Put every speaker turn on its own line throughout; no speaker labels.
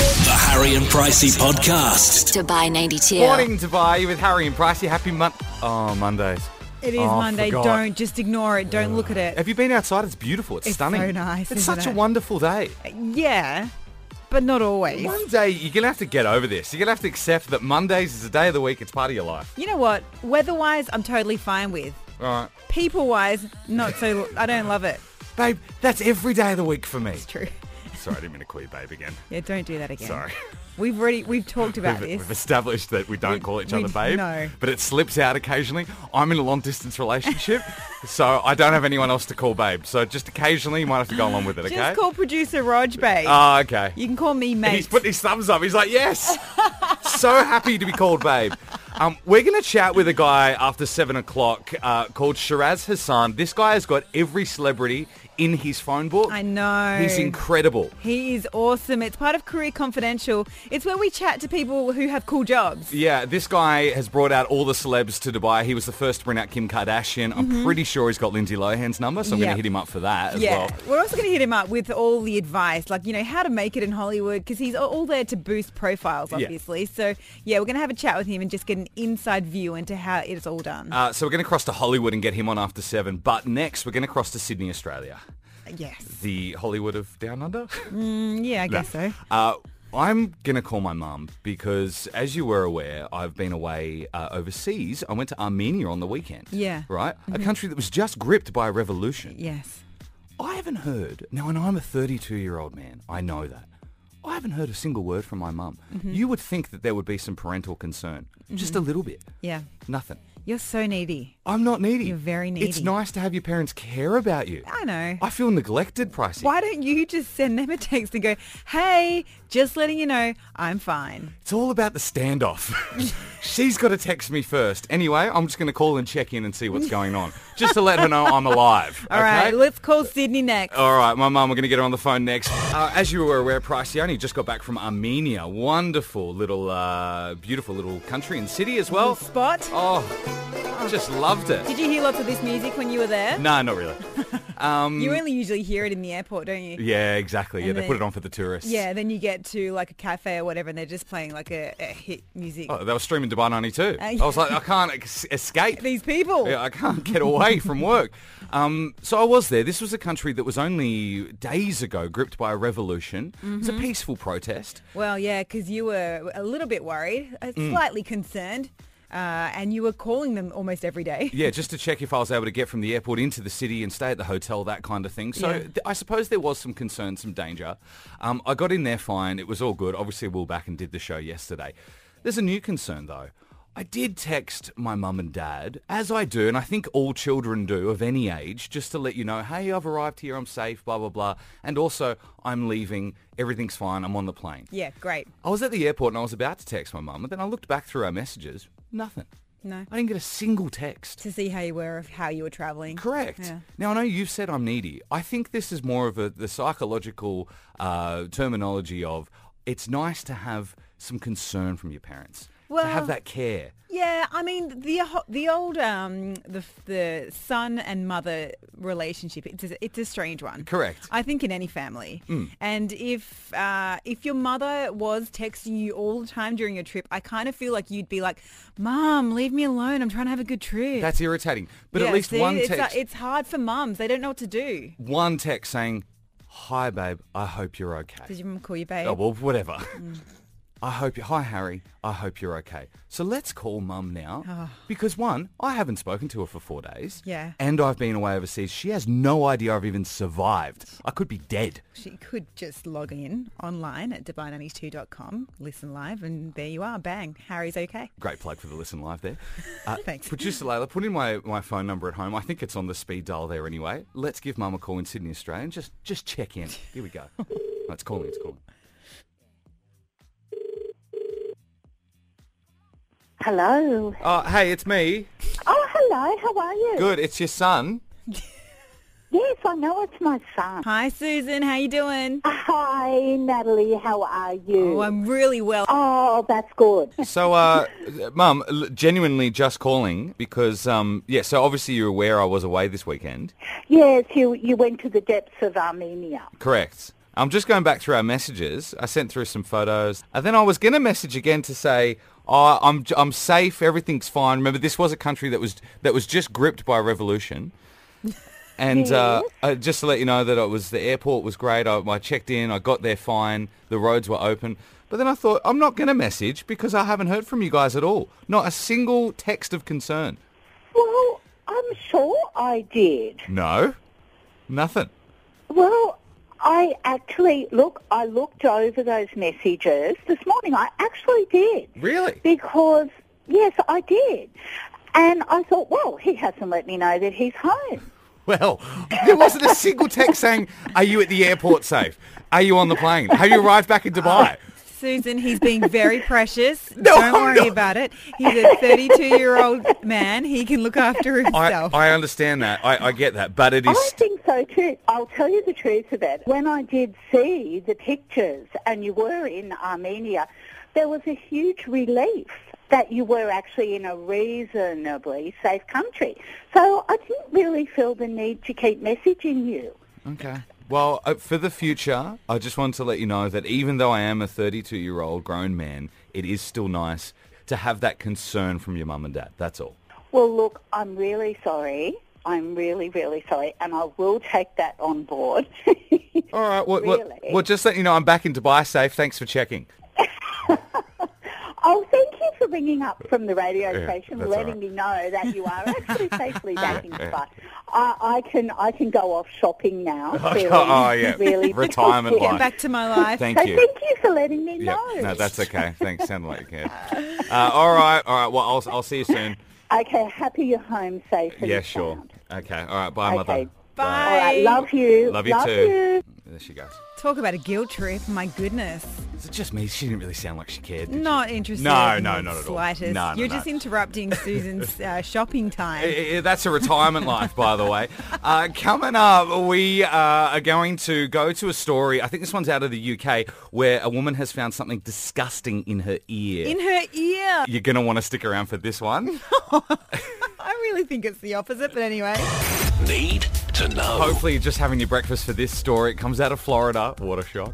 Harry and Pricey podcast.
Dubai 92.
Morning Dubai with Harry and Pricey. Happy month. Oh, Mondays.
It is
Oh,
Monday.
forgot.
Don't just ignore it. Don't look at it.
Have you been outside? It's beautiful. It's,
It's
stunning.
so nice,
It's
isn't
such a
it?
wonderful day.
Yeah, but not always.
One day you're gonna have to get over this. You're gonna have to accept that Mondays is a day of the week. It's part of your life.
You know what? Weather-wise, I'm totally fine with.
All right,
People-wise, not so. I don't love it.
babe. That's every day of the week for me.
It's true.
Sorry, I didn't mean to call you babe again.
Yeah, don't do that again.
Sorry.
We've already we've talked about
We've, we've
this.
established that we don't call each
we-
other babe,
no.
but it slips out occasionally. I'm in a long distance relationship, so I don't have anyone else to call babe. So just occasionally you might have to go along with it.
Just
okay.
call producer Rog, babe.
Oh, okay.
you can call me
And
mate.
He's putting his thumbs up. He's like, yes. so happy to be called babe. Um, we're going to chat with a guy after 7 o'clock uh, called Shiraz Hassan. This guy has got every celebrity in his phone book.
I know.
He's incredible.
He is awesome. It's part of Career Confidential. It's where we chat to people who have cool jobs.
Yeah, this guy has brought out all the celebs to Dubai. He was the first to bring out Kim Kardashian. I'm pretty sure he's got Lindsay Lohan's number, so I'm going
Mm-hmm. Yep.
to hit him up for that as
Yeah,
well.
we're also going to hit him up with all the advice, like you know how to make it in Hollywood, because he's all- all there to boost profiles,
Yeah.
obviously. So yeah, we're going to have a chat with him and just get an inside view into how it's all done.
Uh, so we're going to cross to Hollywood and get him on after 7. But next, we're going to cross to Sydney, Australia.
yes,
The Hollywood of Down Under?
Mm, yeah, I guess so.
Uh, I'm going to call my mum because, as you were aware, I've been away uh, overseas. I went to Armenia on the weekend.
Yeah. Mm-hmm.
Right? A country that was just gripped by a revolution.
Yes,
I haven't heard, now, and I'm a 32 year old man, I know that. I haven't heard a single word from my mum.
Mm-hmm.
You would think that there would be some parental concern, just a little bit.
yeah,
Nothing.
you're so needy.
I'm not needy.
You're very
It's
needy.
nice to have your parents care about you.
I know.
I feel neglected, Pricey.
Why don't you just send them a text and go, "Hey, just letting you know, I'm fine."
It's all about the standoff. She's got to text me first. Anyway, I'm just going to call and check in and see what's going on, just to let her know I'm alive.
All right,
okay?
let's call Sydney next.
All right, my mum, we're going to get her on the phone next. Uh, as you were aware, Pricey only just got back from Armenia. Wonderful little, uh, beautiful little country and city as well.
Spot.
Oh, just loved it.
Did you hear lots of this music when you were there?
No, not really. Mm.
You only usually hear it in the airport, don't you?
Yeah, exactly. Yeah,
And
they
then-
put it on for the tourists.
Yeah, then you get to like a cafe or whatever, and they're just playing like a, a hit music.
Oh, they were streaming Dubai 92.
Uh,
I
yeah.
was like, I can't ex- escape.
These people.
Yeah, I can't get away from work. Um, so I was there. This was a country that was only days ago gripped by a revolution. It was a peaceful protest.
Well, yeah, because you were a little bit worried, uh,
Mm.
slightly concerned, uh, and you were calling them almost every day.
Yeah, just to check if I was able to get from the airport into the city and stay at the hotel, that kind of thing. So
Yeah.
th- I suppose there was some concern, some danger. Um, I got in there fine. It was all good. Obviously, Will back and did the show yesterday. There's a new concern, though. I did text my mum and dad, as I do, and I think all children do of any age, just to let you know, hey, I've arrived here, I'm safe, blah, blah, blah. And also, I'm leaving, everything's fine, I'm on the plane.
Yeah, great.
I was at the airport and I was about to text my mum, and then I looked back through our messages, nothing.
No.
I didn't get a single text.
To see how you were, of how you were traveling.
Correct.
Yeah.
Now I know you've said I'm needy. I think this is more of a the psychological uh, terminology of it's nice to have some concern from your parents, to have
Well-
that care.
Yeah, I mean the ho- the old um the the son and mother relationship it's a, it's a strange one.
Correct. Hmm.
I think in any family. And if uh, if your mother was texting you all the time during your trip, I kind of feel like you'd be like, "Mom, leave me alone. I'm trying to have a good trip."
That's irritating. But
Yeah,
at least
see,
one
it's,
text,
uh, it's hard for mums. They don't know what to do.
one text saying, "Hi, babe. I hope you're okay."
Did your mum call you Mm. babe?
Oh well, whatever. I hope you. Hi, Harry. I hope you're okay. So let's call Mum now because one, I haven't spoken to her for four days.
Ah. Yeah.
and I've been away overseas. She has no idea I've even survived. I could be dead.
She could just log in online at dubai92.com, listen live, and there you are. Bang. Harry's okay.
Great plug for the listen live there. Uh,
Thanks.
Producer Layla, put in my, my phone number at home. I think it's on the speed dial there anyway. Let's give Mum a call in Sydney, Australia, and just just check in. Here we go. oh, it's calling. It's calling.
Hello.
Uh, hey, it's me.
Oh, hello. How are you?
Good. It's your son.
Yes, I know it's my son.
Hi, Susan. How you doing?
Hi, Natalie. How are you?
Oh, I'm really well.
Oh, that's good.
So, uh, Mum, l- genuinely just calling because, um, yeah. So obviously you're aware I was away this weekend.
Yes, you you went to the depths of Armenia.
Correct. I'm just going back through our messages. I sent through some photos, and then I was going to message again to say, oh, "I'm I'm safe. Everything's fine." Remember, this was a country that was that was just gripped by revolution. And uh, uh, just to let you know that it was the airport was great. I, I checked in. I got there fine. The roads were open. But then I thought, I'm not going to message because I haven't heard from you guys at all. Not a single text of concern.
Well, I'm sure I did.
No, nothing.
Well, I actually look. I looked over those messages this morning. I actually did.
Really?
Because yes, I did. And I thought, well, he hasn't let me know that he's home.
Well, there wasn't a single text saying, "Are you at the airport safe? Are you on the plane? Have you arrived back
Oh,
in Dubai?"
Susan, he's being very precious.
No,
Don't
I'm
worry
not.
about it. He's a 32-year-old man. He can look after
I,
himself.
I understand that. I, I get that, but it
I
is.
think so too. I'll tell you the truth of it. When I did see the pictures and you were in Armenia, there was a huge relief that you were actually in a reasonably safe country. So I didn't really feel the need to keep messaging you.
Okay. Well, uh, for the future, I just want to let you know that even though I am a 32-year-old grown man, it is still nice to have that concern from your mum and dad. That's all.
Well, look, I'm really sorry. I'm really, really sorry, and I will take that on board.
All right. Well, well-
Really?
well, just let you know I'm back in Dubai safe. Thanks for checking.
oh, thank you for ringing up from the radio
Yeah,
station,
that's all
letting
right.
me know that you are actually safely back in Dubai. I, I can, I can go off shopping now. feeling
oh, yeah.
really
Retirement
good.
life.
Back to my life.
Thank
So
you.
thank you for letting me
Yeah,
know.
no, that's okay. Thanks. Sound like you can. Uh, all right, all right. Well, I'll, I'll see you soon.
okay. Happy you're home safe. and
Yeah, sure.
sound.
Okay, all right. Bye,
Okay.
mother.
Bye.
All right. Love you.
Love you too. There she goes.
Talk about a guilt trip. My goodness.
Is it just me? She didn't really sound like she cared. did she?
Not interested.
No,
in
no,
the
not at all.
Slightest.
No, no,
You're
no.
just interrupting Susan's uh, shopping time.
Eh, eh, That's a retirement life, by the way. Uh, coming up, we uh, are going to go to a story. I think this one's out of the UK, where a woman has found something disgusting in her ear.
in her ear.
You're going to want to stick around for this one.
I really think it's the opposite, but anyway.
Need to know.
Hopefully, you're just having your breakfast for this story. It comes out of Florida. What a shock.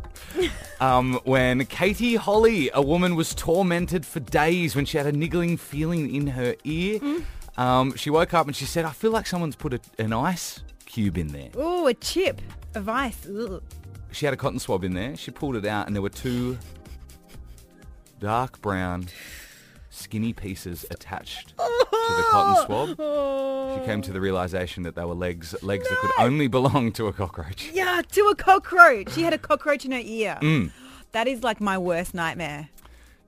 Um, when Katie Holly, a woman, was tormented for days when she had a niggling feeling in her ear. Um, she woke up and she said, I feel like someone's put a, an ice cube in there.
Oh, a chip of ice. Ugh.
She had a cotton swab in there. She pulled it out and there were two dark brown skinny pieces attached to the cotton swab. She came to the realization that they were legs, legs that could only belong to a cockroach.
Yeah, to a cockroach. She had a cockroach in her ear.
Mm.
That is like my worst nightmare.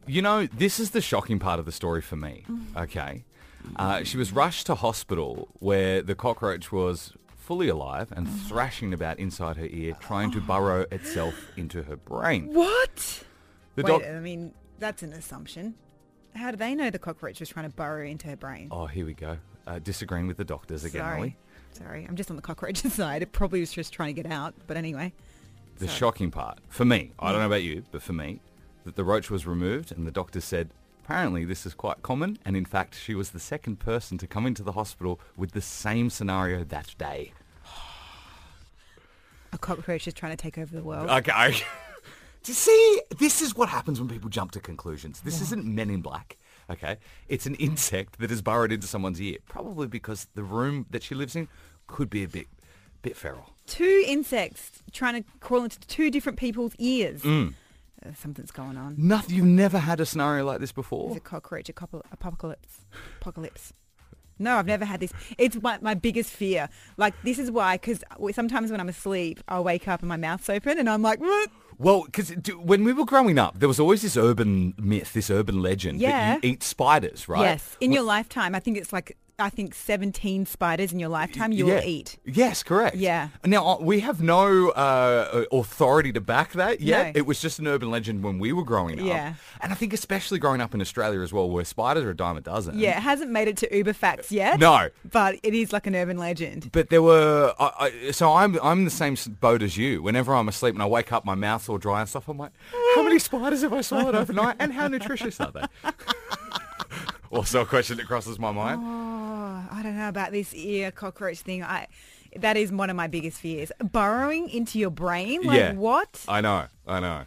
You know, this is the shocking part of the story for me.
Mm.
Okay. Uh, she was rushed to hospital where the cockroach was fully alive and
Mm.
thrashing about inside her ear, trying to burrow itself into her brain.
What?
The
Wait,
doc-
I mean, that's an assumption. How do they know the cockroach was trying to burrow into her brain?
oh, here we go. Uh, disagreeing with the doctors again, are we?
Sorry. Sorry, I'm just on the cockroach's side. It probably was just trying to get out, but anyway.
The shocking part for me, I
Mm.
don't know about you, but for me, that the roach was removed and the doctor said, apparently this is quite common. And in fact, she was the second person to come into the hospital with the same scenario that day.
A cockroach is trying to take over the world.
Okay. Do you see? This is what happens when people jump to conclusions. This isn't Men in Black. Okay. It's an insect that is burrowed into someone's ear, probably because the room that she lives in could be a bit, bit feral.
two insects trying to crawl into two different people's ears.
Mm.
Uh, something's going on.
Nothing. You've never had a scenario like this before.
There's a cockroach apocal- apocalypse. Apocalypse. No, I've never had this. It's my, my biggest fear. Like, this is why, because sometimes when I'm asleep, I'll wake up and my mouth's open and I'm like, "What?"
Well, because when we were growing up, there was always this urban myth, this urban legend
Yeah.
that you eat spiders, right?
yes. In your lifetime, I think it's like, I think 17 spiders in your lifetime you
yeah.
will eat.
Yes, correct.
Yeah.
Now, uh, we have no uh, authority to back that yet.
No.
It was just an urban legend when we were growing up.
Yeah.
And I think especially growing up in Australia as well, where spiders are a dime a dozen.
Yeah, it hasn't made it to Uber Facts yet.
No.
But it is like an urban legend.
But there were, I, I, so I'm I'm in the same boat as you. Whenever I'm asleep and I wake up, my mouth's all dry and stuff. I'm like, how many spiders have I swallowed overnight, and how nutritious are they? also, a question that crosses my mind.
Oh, I don't know about this ear cockroach thing. I That is one of my biggest fears. Burrowing into your brain? Like
yeah.
what?
I know. I know.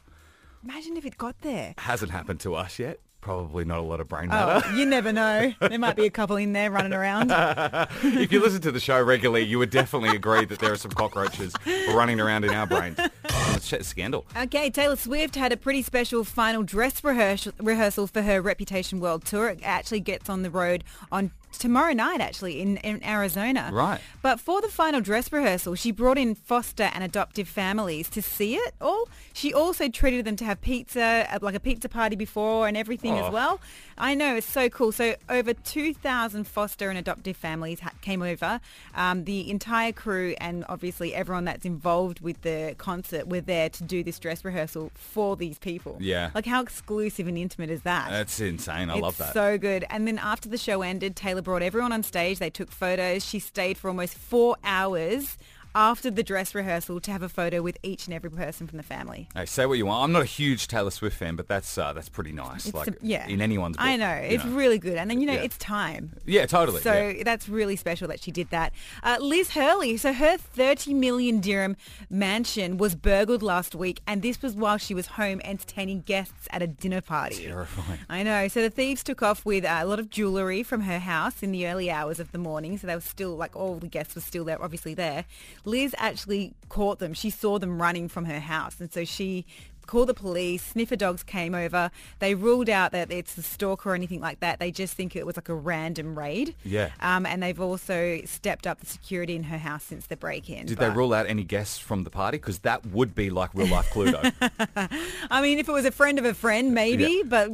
Imagine if it got there.
Hasn't happened to us yet. Probably not a lot of brain matter.
Oh, you never know. There might be a couple in there running around.
if you listen to the show regularly, you would definitely agree that there are some cockroaches running around in our brains. It's a scandal.
Okay, Taylor Swift had a pretty special final dress rehearsal, rehearsal for her Reputation World Tour. It actually gets on the road on tomorrow night, actually, in, in Arizona.
Right.
But for the final dress rehearsal, she brought in foster and adoptive families to see it all. She also treated them to have pizza, uh, like a pizza party before and everything
Oh.
as well. I know, it's so cool. So over 2,000 foster and adoptive families ha- came over. Um, the entire crew and obviously everyone that's involved with the concert were there to do this dress rehearsal for these people.
Yeah. Uh,
Like how exclusive and intimate is that?
That's insane. I love
It's
that.
So good. And then after the show ended, Taylor brought everyone on stage. They took photos. She stayed for almost four hours after the dress rehearsal to have a photo with each and every person from the family.
Hey, say what you want. I'm not a huge Taylor Swift fan, but that's uh, that's pretty nice.
It's
like
a- yeah,
in anyone's. Book,
I know
you
it's really good, and then you know
Yeah.
it's time.
Yeah, totally.
So
yeah.
that's really special that she did that. Uh, Liz Hurley, so her 30 million dirham mansion was burgled last week, and this was while she was home entertaining guests at a dinner party.
Terrifying.
I know. So the thieves took off with uh, a lot of jewellery from her house in the early hours of the morning. So they were still, like, all the guests were still there, obviously there. Liz actually caught them. She saw them running from her house. And so she called the police. Sniffer dogs came over. They ruled out that it's a stalker or anything like that. They just think it was like a random raid.
Yeah.
Um, and they've also stepped up the security in her house since the break-in.
Did
But-
they rule out any guests from the party? Because that would be like real life Cluedo.
I mean, if it was a friend of a friend,
Yeah.
maybe, but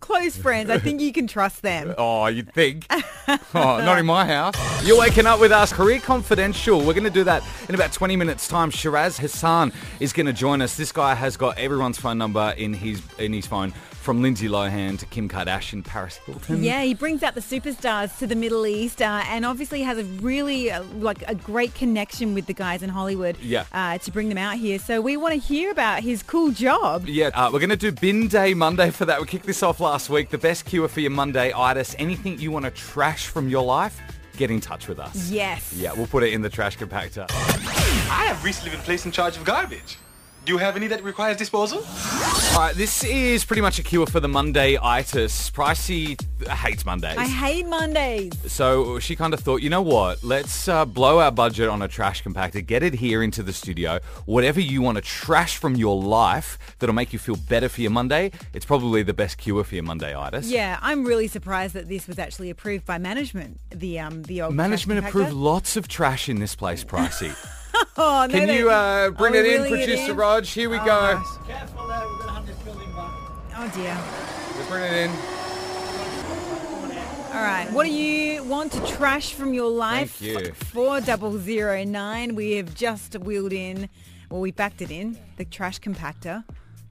close friends, I think you can trust them.
Oh, you'd think. Oh, not in my house. You're waking up with us, Career Confidential. We're going to do that in about 20 minutes' time. Shiraz Hassan is going to join us. This guy has got everyone's phone number in his in his phone, from Lindsay Lohan to Kim Kardashian, Paris Hilton.
Um, Yeah, he brings out the superstars to the Middle East, uh, and obviously has a really uh, like a great connection with the guys in Hollywood.
Yeah.
uh, to bring them out here. So we want to hear about his cool job.
Yeah, uh, we're going to do Bin Day Monday for that. We kicked this off last week. The best cure for your Monday itis. Anything you want to trash from your life, get in touch with us.
Yes.
Yeah, we'll put it in the trash compactor.
I have recently been placed in charge of garbage. Do you have any that requires disposal?
All right, Uh, this is pretty much a cure for the Monday itis. Pricey th- hates Mondays.
I hate Mondays.
So she kind of thought, you know what? Let's uh, blow our budget on a trash compactor, get it here into the studio. Whatever you want to trash from your life that'll make you feel better for your Monday, it's probably the best cure for your Monday itis.
Yeah, I'm really surprised that this was actually approved by management. The um the old
Management
trash compactor.
approved lots of trash in this place, Pricey.
Oh, no,
Can
they- Oh,
you uh, bring
Are
it
we
in,
reeling
producer
in?
Rog? Here we go.
Careful there, we're going to have this building back.
Oh dear.
We're bringing it in.
All right. What do you want to trash from your life?
Thank you.
Four double zero nine. We have just wheeled in, well, we backed it in the trash compactor.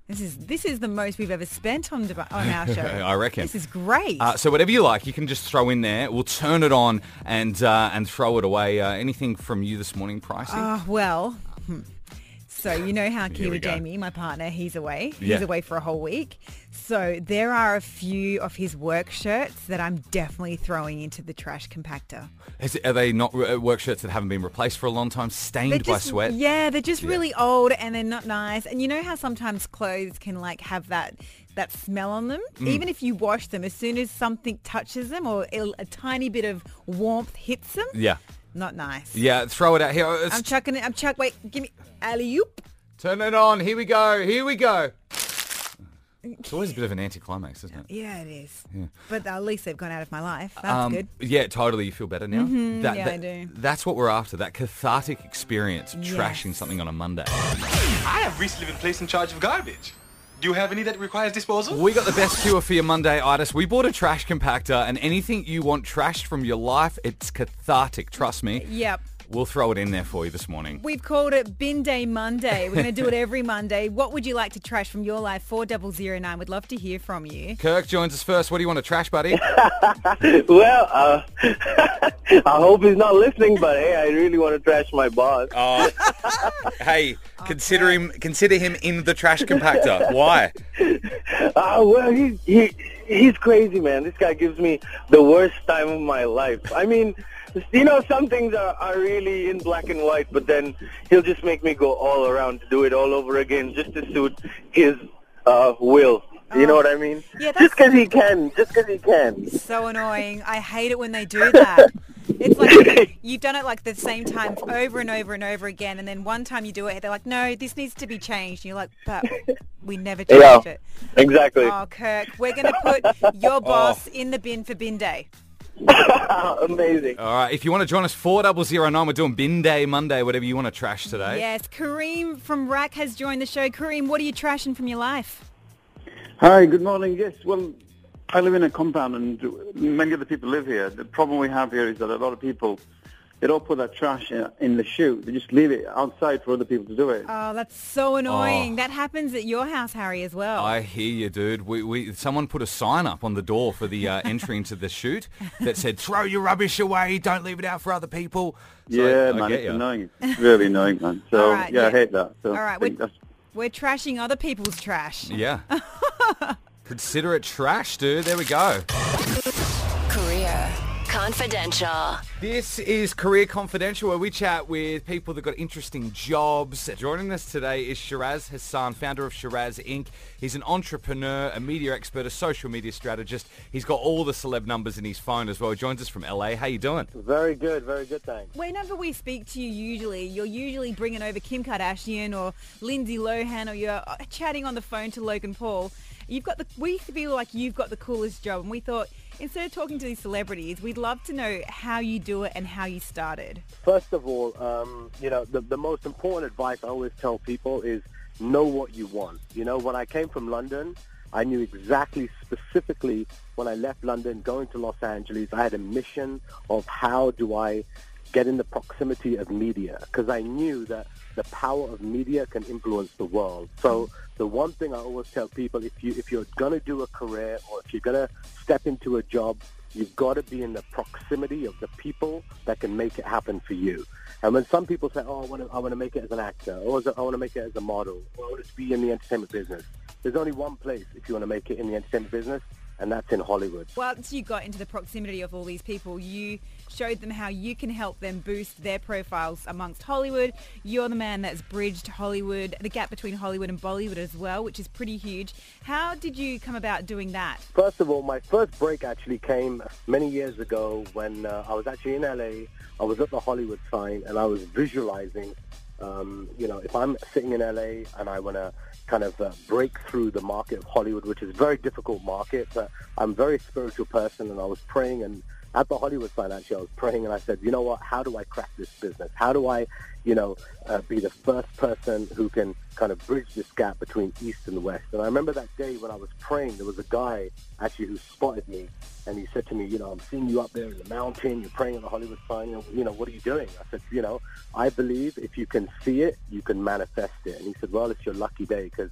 This is this is the most we've ever spent on deba- on our show.
I reckon.
This is great.
Uh, so whatever you like, you can just throw in there. We'll turn it on and uh, and throw it away. Uh, anything from you this morning, Pricey?
Oh, well. hmm. So you know how Kiwi
we go.
Jamie, my partner, he's away.
Yeah.
He's away for a whole week. So there are a few of his work shirts that I'm definitely throwing into the trash compactor.
Is it- are they not uh, work shirts that haven't been replaced for a long time, stained
They're
by
just-
sweat?
Yeah, they're just really old and they're not nice. And you know how sometimes clothes can like have that that smell on them,
Mm.
even if you wash them. As soon as something touches them or it'll, a tiny bit of warmth hits them,
Yeah.
not nice.
Yeah, throw it out here. It's-
I'm chucking it. I'm chuck. Wait, give me alley oop.
turn it on. Here we go. Here we go. It's always a bit of an anticlimax, isn't it?
Yeah, it is. But at least they've gone out of my life. That's
Um,
good.
Yeah, totally. You feel better now. That-
Mm-hmm. yeah,
that-
I do.
That's what we're after. That cathartic experience, of trashing
Yes.
something on a Monday.
I have recently been placed in charge of garbage. Do you have any that requires disposal?
We got the best cure for your Monday itis. We bought a trash compactor, and anything you want trashed from your life, it's cathartic. Trust me.
Yep.
We'll throw it in there for you this morning.
We've called it Bin Day Monday. We're going to do it every Monday. What would you like to trash from your life? 4009. We'd love to hear from you.
Kirk joins us first. What do you want to trash, buddy?
Well, uh, I hope he's not listening, but hey, I really want to trash my boss.
Oh, hey, consider him consider him in the trash compactor. Why?
Uh, Ah, well, he, he he's crazy, man. This guy gives me the worst time of my life. I mean, you know, some things are, are really in black and white, but then he'll just make me go all around to do it all over again just to suit his uh, will. You know what I mean?
Oh. Yeah, that's-
just because he can. Just because he can.
So annoying. I hate it when they do that. It's like you've done it like the same times over and over and over again, and then one time you do it, they're like, "No, this needs to be changed." And you're like, "But we never
Yeah,
changed it."
exactly.
Oh, Kirk, we're gonna put
Oh.
your boss in the bin for bin day.
Ah, Amazing.
All right, if you want to join us, 4009, we're doing Bin Day Monday, whatever you want to trash today.
Yes, Kareem from Rack has joined the show. Kareem, what are you trashing from your life?
Hi, good morning. Yes, well, I live in a compound and many of the people live here. The problem we have here is that a lot of people, they don't put their trash in, in the chute. They just leave it outside for other people to do it.
Oh, that's so annoying. That happens at your house, Harry, as well.
I hear you, dude. We, we someone put a sign up on the door for the uh, entry into the shoot that said, "Throw your rubbish away. Don't leave it out for other people." So
yeah,
I
man,
get
it's
ya.
annoying. It's really annoying, man. So,
All right,
yeah,
yeah.
I hate that. So
All right,
I think
we-
that's-
We're trashing other people's trash.
Yeah. Consider it trash, dude. There we go.
Career Confidential.
This is Career Confidential, where we chat with people that got interesting jobs. Joining us today is Shiraz Hassan, founder of Shiraz Inc. He's an entrepreneur, a media expert, a social media strategist. He's got all the celeb numbers in his phone as well. He joins us from LA. How you doing?
Very good. Very good. Thanks.
Whenever we speak to you, usually you're usually bringing over Kim Kardashian or Lindsay Lohan, or you're uh, chatting on the phone to Logan Paul. You've got the we feel like you've got the coolest job, and we thought instead of talking to these celebrities, we'd love to know how you do it and how you started.
First of all, um, you know, the, the most important advice I always tell people is know what you want. You know, when I came from London, I knew exactly specifically when I left London going to Los Angeles, I had a mission of how do I get in the proximity of media because I knew that the power of media can influence the world. So the one thing I always tell people if you if you're going to do a career or if you're going to step into a job, you've got to be in the proximity of the people that can make it happen for you. And when some people say, "Oh, I want to I want to make it as an actor," or "I want to make it as a model," or "I want to be in the entertainment business," there's only one place if you want to make it in the entertainment business, and that's in Hollywood.
Once you got into the proximity of all these people, you showed them how you can help them boost their profiles amongst Hollywood. You're the man that's bridged Hollywood, the gap between Hollywood and Bollywood as well, which is pretty huge. How did you come about doing that?
First of all, my first break actually came many years ago when uh, I was actually in LA. I was at the Hollywood sign and I was visualizing, um, you know, if I'm sitting in LA and I want to kind of uh, break through the market of Hollywood, which is a very difficult market, but I'm a very spiritual person and I was praying and at the Hollywood sign actually I was praying and I said, you know what, how do I crack this business? How do I, you know, uh, be the first person who can kind of bridge this gap between East and West? And I remember that day when I was praying, there was a guy actually who spotted me and he said to me, you know, I'm seeing you up there in the mountain, you're praying on the Hollywood sign, you know, you know, what are you doing? I said, you know, I believe if you can see it, you can manifest it. And he said, well, it's your lucky day because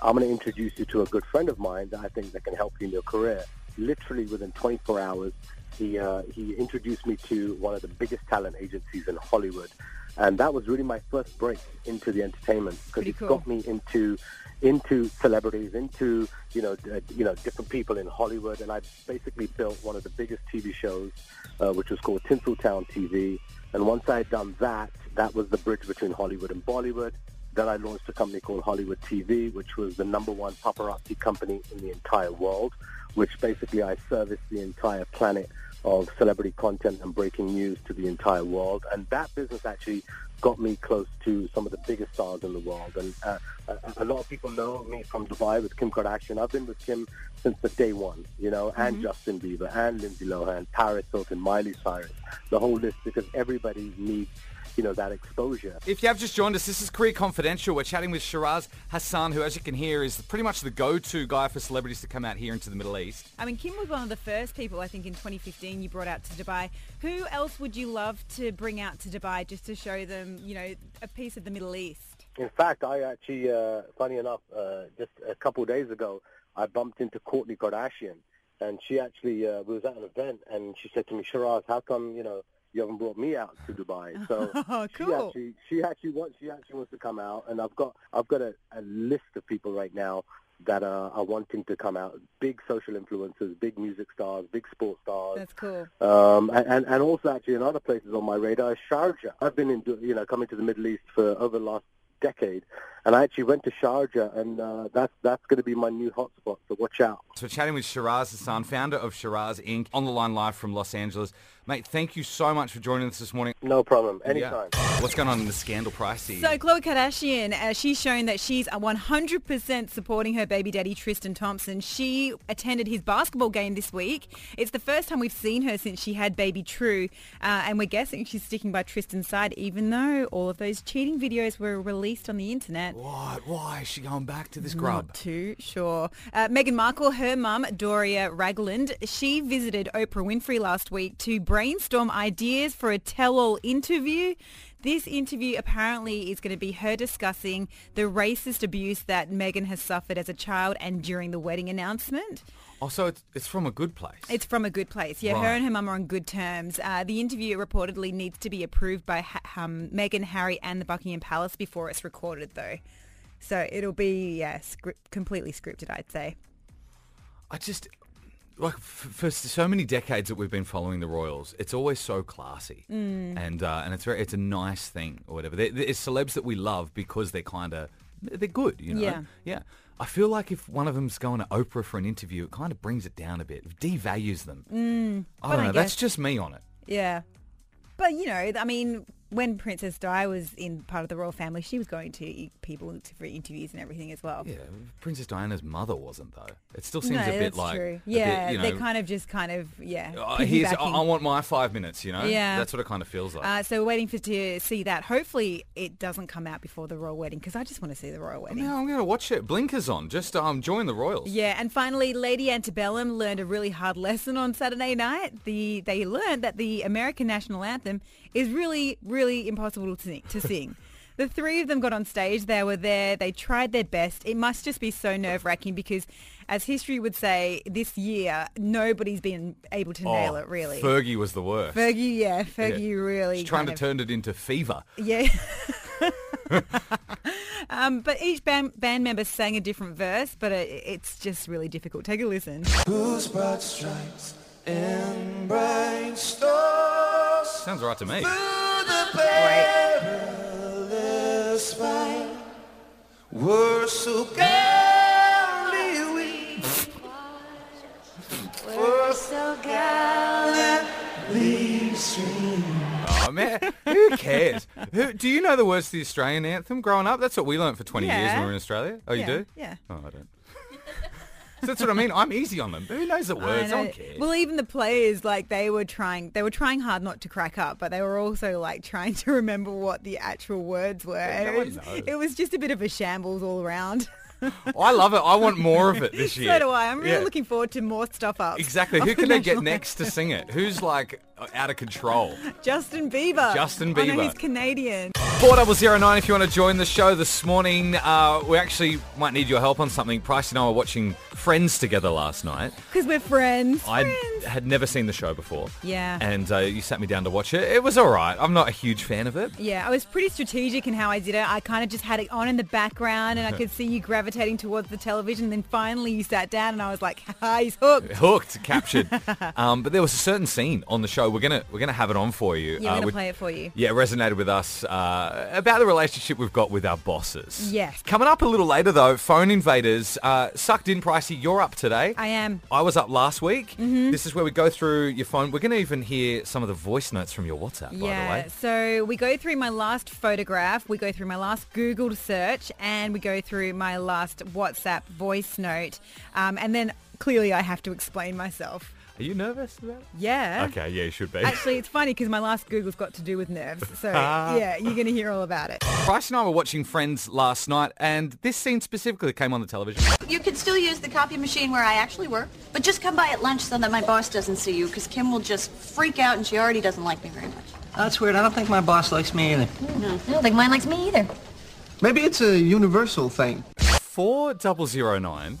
I'm going to introduce you to a good friend of mine that I think that can help you in your career. Literally within 24 hours, he uh, he introduced me to one of the biggest talent agencies in Hollywood, and that was really my first break into the entertainment because
Pretty
it
cool.
got me into into celebrities, into you know d- uh, you know different people in Hollywood, and I basically built one of the biggest TV shows, uh, which was called Tinseltown TV. And once I had done that, that was the bridge between Hollywood and Bollywood. Then I launched a company called Hollywood TV, which was the number one paparazzi company in the entire world, which basically I serviced the entire planet of celebrity content and breaking news to the entire world. And that business actually got me close to some of the biggest stars in the world. And uh, a, a lot of people know me from Dubai with Kim Kardashian. I've been with Kim since the day one, you know, and Justin Bieber, and Lindsay Lohan, Paris Hilton, Miley Cyrus, the whole list, because everybody needs, you know, that exposure.
If you have just joined us, this is Career Confidential. We're chatting with Shiraz Hassan, who, as you can hear, is pretty much the go-to guy for celebrities to come out here into the Middle East.
I mean, Kim was one of the first people, I think, in 2015 you brought out to Dubai. Who else would you love to bring out to Dubai just to show them, you know, a piece of the Middle East?
In fact, I actually, uh, funny enough, uh, just a couple of days ago, I bumped into Courtney Kardashian, and she actually uh, we was at an event, and she said to me, Shiraz, how come you know you haven't brought me out to Dubai? So
Oh,
she
cool.
actually she actually wants she actually wants to come out, and I've got I've got a, a list of people right now that are, are wanting to come out. Big social influencers, big music stars, big sports stars.
That's cool.
Um, and, and also actually in other places on my radar is Sharjah. I've been in, you know, coming to the Middle East for over the last decade, and I actually went to Sharjah, and uh, that's that's going to be my new hotspot. So watch out.
So chatting with Shiraz Hassan, founder of Shiraz Inc. on the line live from Los Angeles. Mate, thank you so much for joining us this morning.
No problem. Anytime.
Yeah. What's going on in the scandal price scene?
So Khloe Kardashian, uh, she's shown that she's 100% supporting her baby daddy Tristan Thompson. She attended his basketball game this week. It's the first time we've seen her since she had baby True, uh, and we're guessing she's sticking by Tristan's side, even though all of those cheating videos were released on the internet.
What? Why is she going back to this
Not too sure. Uh, Meghan Markle, her mum, Doria Ragland, she visited Oprah Winfrey last week to brainstorm ideas for a tell-all interview. This interview apparently is going to be her discussing the racist abuse that Meghan has suffered as a child and during the wedding announcement.
Also, Oh, it's, it's from a good place.
It's from a good place. Yeah, her
Right.
and her mum are on good terms. Uh, the interview reportedly needs to be approved by ha- um, Meghan, Harry and the Buckingham Palace before it's recorded, though. So it'll be yeah, script, completely scripted, I'd say.
I just like f- for so many decades that we've been following the Royals, it's always so classy,
Mm.
and uh, and it's very it's a nice thing or whatever. There- There's celebs that we love because they're kind of they're good, you know.
Yeah.
yeah. I feel like if one of them's going to Oprah for an interview, it kind of brings it down a bit, It devalues them. I
Mm. but
don't
I
know. That's
guess-
just me on it.
Yeah. But, you know, I mean, when Princess Di was in part of the royal family, she was going to people to, for interviews and everything as well.
Yeah, Princess Diana's mother wasn't though. It still seems
no,
a bit
that's
like
true.
a bit,
Yeah,
you know,
they kind of just kind of, yeah,
"Oh, here's- I, I
piggybacking.
want my five minutes. You know,
Yeah.
that's what it kind of feels like.
Uh, so we're waiting for to see that. Hopefully, it doesn't come out before the royal wedding because I just want to see the royal wedding.
yeah, I'm gonna watch it. Blinkers on. Just um, join the Royals.
Yeah, and finally, Lady Antebellum learned a really hard lesson on Saturday night. The they learned that the American national anthem is really, really impossible to sing. To sing. The three of them got on stage. They were there. They tried their best. It must just be so nerve wracking because, as history would say, this year nobody's been able to
Oh,
nail it. Really,
Fergie was the worst.
Fergie, yeah,
Yeah.
Fergie really.
She's trying
kind
to
of-
turn it into fever.
Yeah. um, but each band, band member sang a different verse, but it, it's just really difficult. Take a listen.
Sounds right to me.
Wait.
Oh man, who cares? Who, do you know the words to the Australian anthem growing up? That's what we learnt for 20 years when
Yeah.
we were in Australia. Oh, you
Yeah,
do?
yeah.
Oh, I don't. so that's what I mean. I'm easy on them. Who knows the words? I,
I know.
don't care.
Well, even the players, like they were trying, they were trying hard not to crack up, but they were also like trying to remember what the actual words were.
Yeah, no
it,
one
was,
knows.
it was just a bit of a shambles all around.
I love it. I want more of it this year.
so do I. I'm really
Yeah.
looking forward to more stuff up.
Exactly.
of
Who
the
can I get
national
next to sing it? Who's like out of control?
anthem. Justin Bieber.
Justin
I know
Bieber.
he's Canadian.
4009 if you want to join the show this morning. Uh, we actually might need your help on something. Price and I were watching Friends together last night.
Because we're friends.
I
friends.
had never seen the show before.
Yeah.
And uh, you sat me down to watch it. It was all right. I'm not a huge fan of it.
Yeah, I was pretty strategic in how I did it. I kind of just had it on in the background and I could see you gravitating towards the television. Then finally you sat down and I was like, ha, he's hooked.
Hooked, captured. um, but there was a certain scene on the show. We're gonna we're gonna have it on for you. Uh,
Yeah, we're gonna
which-
play it for you.
Yeah, resonated with us uh, about the relationship we've got with our bosses.
Yes.
Coming up a little later though, phone invaders uh, sucked in. Pricey, you're up today.
I am. Mm-hmm.
I was up last week. This is where we go through your phone. We're going to even hear some of the voice notes from your WhatsApp,
yeah,
by the way.
so we go through my last photograph, we go through my last Google search, and we go through my last WhatsApp voice note. Um, and then clearly I have to explain myself.
Are you nervous about it?
Yeah.
Okay, yeah, you should be.
Actually, it's funny because my last Google's got to do with nerves. So yeah, you're going to hear all about it.
Bryce and I were watching Friends last night, and this scene specifically came on the television.
You can still use the copy machine where I actually work, but just come by at lunch so that my boss doesn't see you, because Kim will just freak out and she already doesn't like me very much.
That's weird. I don't think my boss likes me either.
I don't think mine likes me either.
Maybe it's a universal thing.
4009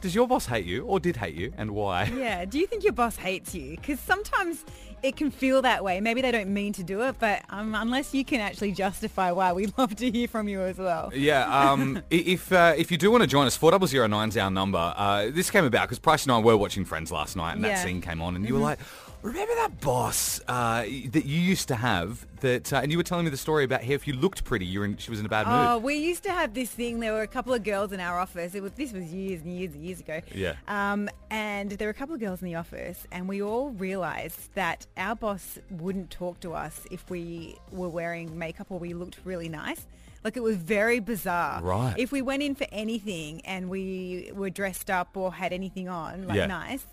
Does your boss hate you or did hate you and why?
Yeah. Do you think your boss hates you? Because sometimes it can feel that way. Maybe they don't mean to do it, but um, unless you can actually justify why, we'd love to hear from you as well.
Yeah, um, i- if uh, if you do want to join us, 40009 is our number. Uh, this came about because Price and I were watching Friends last night and that
Yeah. Mm-hmm.
scene came on and you were like, remember that boss uh, y- that you used to have that, uh, and you were telling me the story about how if you looked pretty, you were in, she was in a bad
Oh,
mood.
we used to have this thing. There were a couple of girls in our office. It was this was years and years and years ago.
Yeah.
Um, and there were a couple of girls in the office, and we all realised that our boss wouldn't talk to us if we were wearing makeup or we looked really nice. Like it was very bizarre.
Right.
If we went in for anything and we were dressed up or had anything on, like
Yeah.
nice,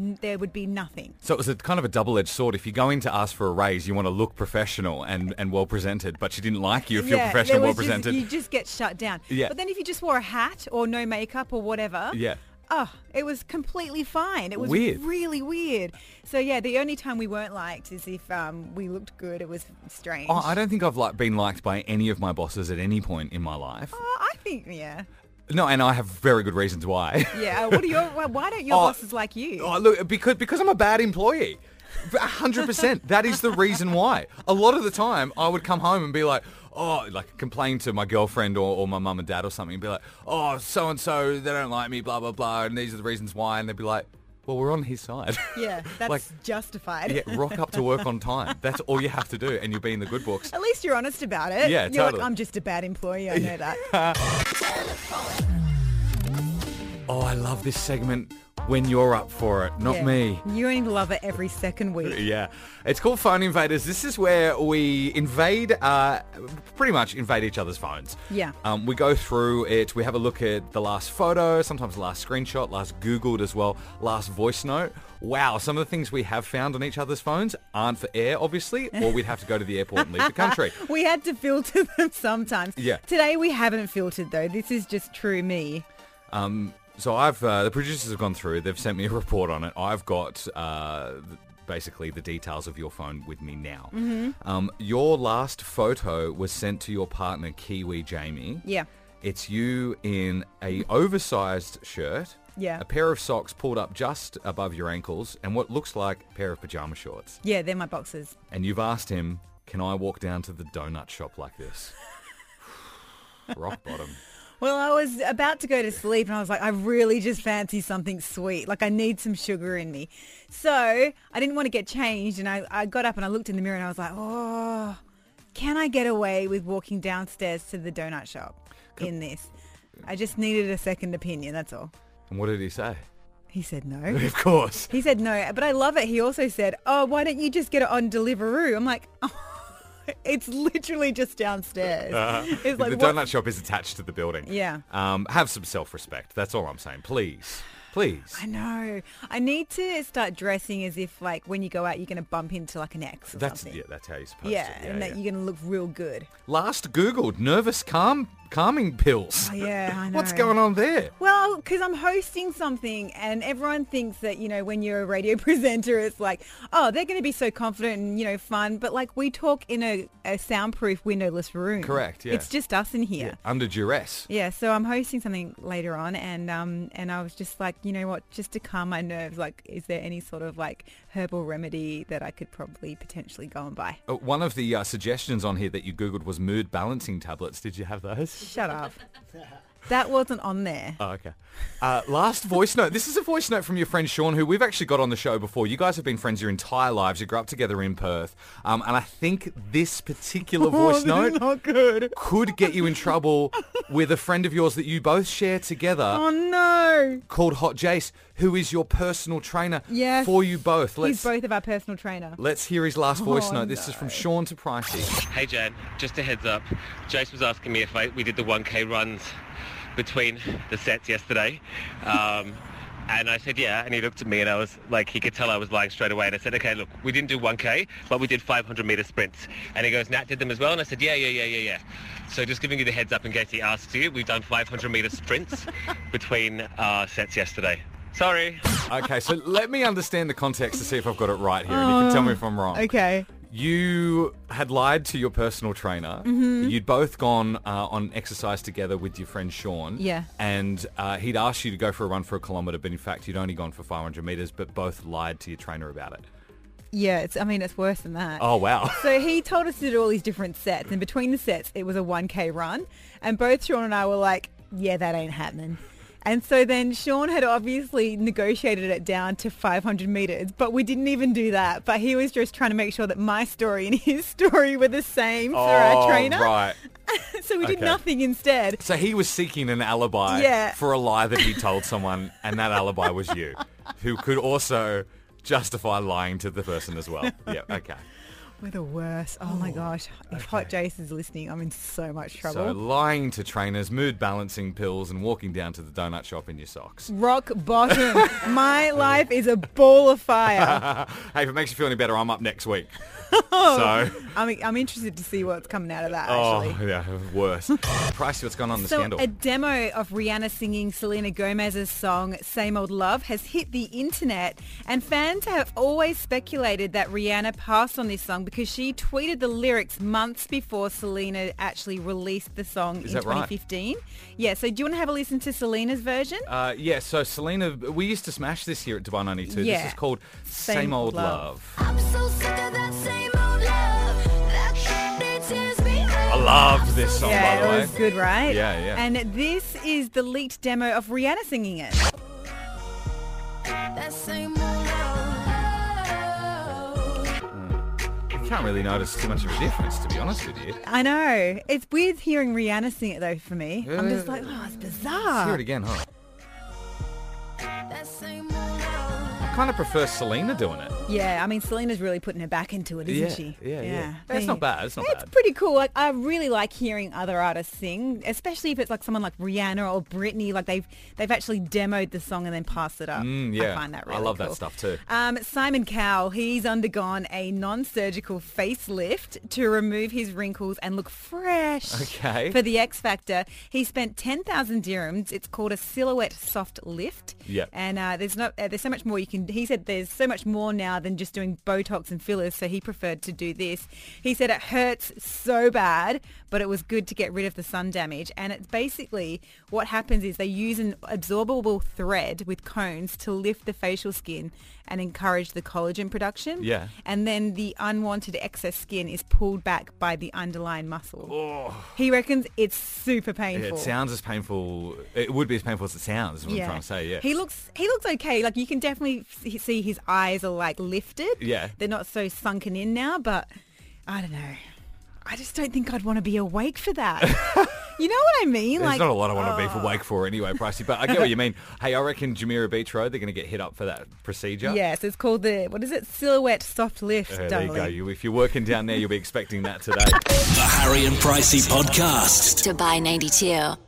n- there would be nothing.
So it was a kind of a double-edged sword. If you go in to ask for a raise, you want to look professional and, and well-presented, but she didn't like you if you're
there
professional,
was just-
well-presented.
you just get shut down.
Yeah.
But then if you just wore a hat or no makeup or whatever,
Yeah.
Oh, it was completely fine. It was
Weird.
really weird. So yeah, the only time we weren't liked is if um, we looked good. It was strange.
Oh, I don't think I've like been liked by any of my bosses at any point in my life.
Oh, I think yeah,
No, and I have very good reasons why.
yeah. What are your? why- Why don't your
Oh,
bosses like you?
Oh, look, because because I'm a bad employee. A hundred percent. That is the reason why. A lot of the time, I would come home and be like, oh, like complain to my girlfriend or, or my mum and dad or something, and be like, oh, so and so, they don't like me, blah blah blah, and these are the reasons why, and they'd be like, well, we're on his side.
yeah, that's
like-
justified.
yeah, rock up to work on time. That's all you have to do, and you'll be in the good books.
At least you're honest about it.
Yeah,
you're
totally.
like I'm just a bad employee. I know that.
Oh, I love this segment. When you're up for it, not
Yeah.
me.
You only love it every second week.
Yeah, it's called Phone Invaders. This is where we invade, uh, pretty much invade each other's phones.
Yeah.
Um, we go through it. We have a look at the last photo, sometimes the last screenshot, last Googled as well, last voice note. Wow, some of the things we have found on each other's phones aren't for air, obviously, or we'd have to go to the airport and leave the country.
We had to filter them sometimes.
Yeah.
Today we haven't filtered though. This is just true me.
So I've uh, the producers have gone through. They've sent me a report on it. I've got uh, th- basically the details of your phone with me now.
Mm-hmm.
Um, your last photo was sent to your partner Kiwi Jamie.
Yeah.
It's you in a oversized shirt.
Yeah.
A pair of socks pulled up just above your ankles, and what looks like a pair of pajama shorts.
Yeah, they're my boxes.
And you've asked him, "Can I walk down to the donut shop like this?" Rock bottom.
Well, I was about to go to sleep and I was like, I really just fancy something sweet. Like I need some sugar in me. So I didn't want to get changed and I, I got up and I looked in the mirror and I was like, oh, can I get away with walking downstairs to the donut shop in this? I just needed a second opinion, that's all.
And what did he say?
He said no.
Of course.
He said no, but I love it. He also said, "Oh, why don't you just get it on Deliveroo?" I'm like, "Oh, "It's literally just downstairs." it's
Uh-huh. the
like
donut
what?
shop is attached to the building.
Yeah.
Um, have some self-respect. That's all I'm saying. Please, please.
I know. I need to start dressing as if like when you go out, you're going to bump into like an ex or
That's
something.
yeah. That's how you're supposed
Yeah,
to.
and that you're going to look real good.
Last Googled nervous calm calming pills.
Oh, yeah, I
What's
know.
going on there?
Well, because I'm hosting something and everyone thinks that, you know, when you're a radio presenter, it's like, oh, they're going to be so confident and, you know, fun. But like we talk in a, a soundproof windowless room.
Correct, yeah.
It's just us in here.
Under duress.
Yeah, so I'm hosting something later on, and um, and I was just like, you know what, just to calm my nerves, like, is there any sort of like herbal remedy that I could probably potentially go and buy?
Uh, One of the uh, suggestions on here that you Googled was mood balancing tablets. Did you have those?
Shut up. That wasn't on there.
Oh, okay. Uh, last voice note. This is a voice note from your friend Sean, who we've actually got on the show before. You guys have been friends your entire lives. You grew up together in Perth. Um, and I think this particular voice note
Oh, not good.
could get you in trouble with a friend of yours that you both share together
Oh no.
called Hot Jace, who is your personal trainer
Yes.
for you both. Let's,
He's both of our personal trainer.
let's hear his last voice
Oh,
note. This is from Sean to Pricey.
Hey Jan, just a heads up. Jace was asking me if I, we did the 1K runs between the sets yesterday. Um, and I said, yeah. And he looked at me and I was like, he could tell I was lying straight away. And I said, okay, look, we didn't do 1K, but we did 500 meter sprints. And he goes, Nat did them as well. And I said, yeah, yeah, yeah, yeah, yeah. So just giving you the heads up in case he asks you, we've done 500 meter sprints between our sets yesterday. Sorry.
Oh,
Okay, so let me understand the context to see if I've got it right here, and you can tell me if I'm wrong.
Okay.
You had lied to your personal trainer.
Mhm.
You'd both gone uh, on exercise together with your friend Sean.
Yeah.
And uh, he'd asked you to go for a run for a kilometre, but in fact you'd only gone for 500 metres, but both lied to your trainer about it.
Yeah, it's, I mean, it's worse than that.
Oh, wow.
So he told us to do all these different sets, and between the sets, it was a 1K run. And both Sean and I were like, yeah, that ain't happening. And so then Sean had obviously negotiated it down to 500 metres, but we didn't even do that. But he was just trying to make sure that my story and his story were the same for our
Oh,
trainer.
right.
so we did
Okay.
nothing instead.
So he was seeking an alibi
Yeah.
for a lie that he told someone, and that alibi was you, who could also justify lying to the person as well. Yeah, okay.
We're the worst. Oh, my gosh. If Hot Jason's listening, I'm in so much trouble.
So lying to trainers, mood balancing pills, and walking down to the donut shop in your socks.
Rock bottom. my life is a ball of fire.
hey, if it makes you feel any better, I'm up next week.
Oh,
So-
I'm, I'm interested to see what's coming out of that.
Oh, yeah, worse. Pricey, what's going on in the
so
scandal?
a demo of Rihanna singing Selena Gomez's song Same Old Love has hit the internet and fans have always speculated that Rihanna passed on this song because she tweeted the lyrics months before Selena actually released the song
Is
in
that right?
2015. Yeah, so do you want to have a listen to Selena's version?
Uh, yeah, so Selena, we used to smash this here at Dubai 92.
Yeah.
This is called Same,
Same
Old Love.
Love.
I'm so sick of that same old love. That candy tears me
I love this song,
yeah,
by the
it
way.
was good, right?
Yeah, yeah.
And this is the leaked demo of Rihanna singing it.
That same old love.
You can't really notice too much of a difference, to be honest with you.
I know. It's weird hearing Rihanna sing it though for me. I'm just
Yeah.
like, oh, it's
Let's hear
bizarre.
it again, huh?
That same old love.
I kind of prefer Selena doing it.
Yeah, I mean, Selena's really putting her back into it, isn't
yeah,
she?
yeah, yeah,
Hey,
It's not bad. It's not
It's
bad.
pretty cool. Like, I really like hearing other artists sing, especially if it's like someone like Rihanna or Britney. Like they've they've actually demoed the song and then passed it up.
Mm, yeah,
I find that really
love
cool.
that stuff too.
Um, Simon Cowell, he's undergone a non-surgical facelift to remove his wrinkles and look fresh.
Okay.
For the X Factor, he spent 10,000 dirhams. It's called a silhouette soft lift.
Yep.
And uh, there's not uh, there's so much more you can. He said there's so much more now than just doing Botox and fillers. So he preferred to do this. He said it hurts so bad, but it was good to get rid of the sun damage. And it's basically what happens is they use an absorbable thread with cones to lift the facial skin and encourage the collagen production.
Yeah.
And then the unwanted excess skin is pulled back by the underlying muscle.
Oh.
He reckons it's super painful.
It sounds as painful. It would be as painful as it sounds. Is what I'm trying to say. Yeah.
He looks he looks okay. Like you can definitely s- see his eyes are like lifted.
Yeah.
They're not so sunken in now, but I don't know. I just don't think I'd want to be awake for that. you know what I mean?
There's not a lot I want to be for wake for anyway, Pricey. But I get what you mean. Hey, I reckon Jumeirah Beach Road. They're going to get hit up for that procedure.
Yes, it's called the what is it? Silhouette soft lift,
Uh, there you
darling.
go. You, if you're working down there, you'll be expecting that today.
The Harry and Pricey Podcast.
Dubai 92.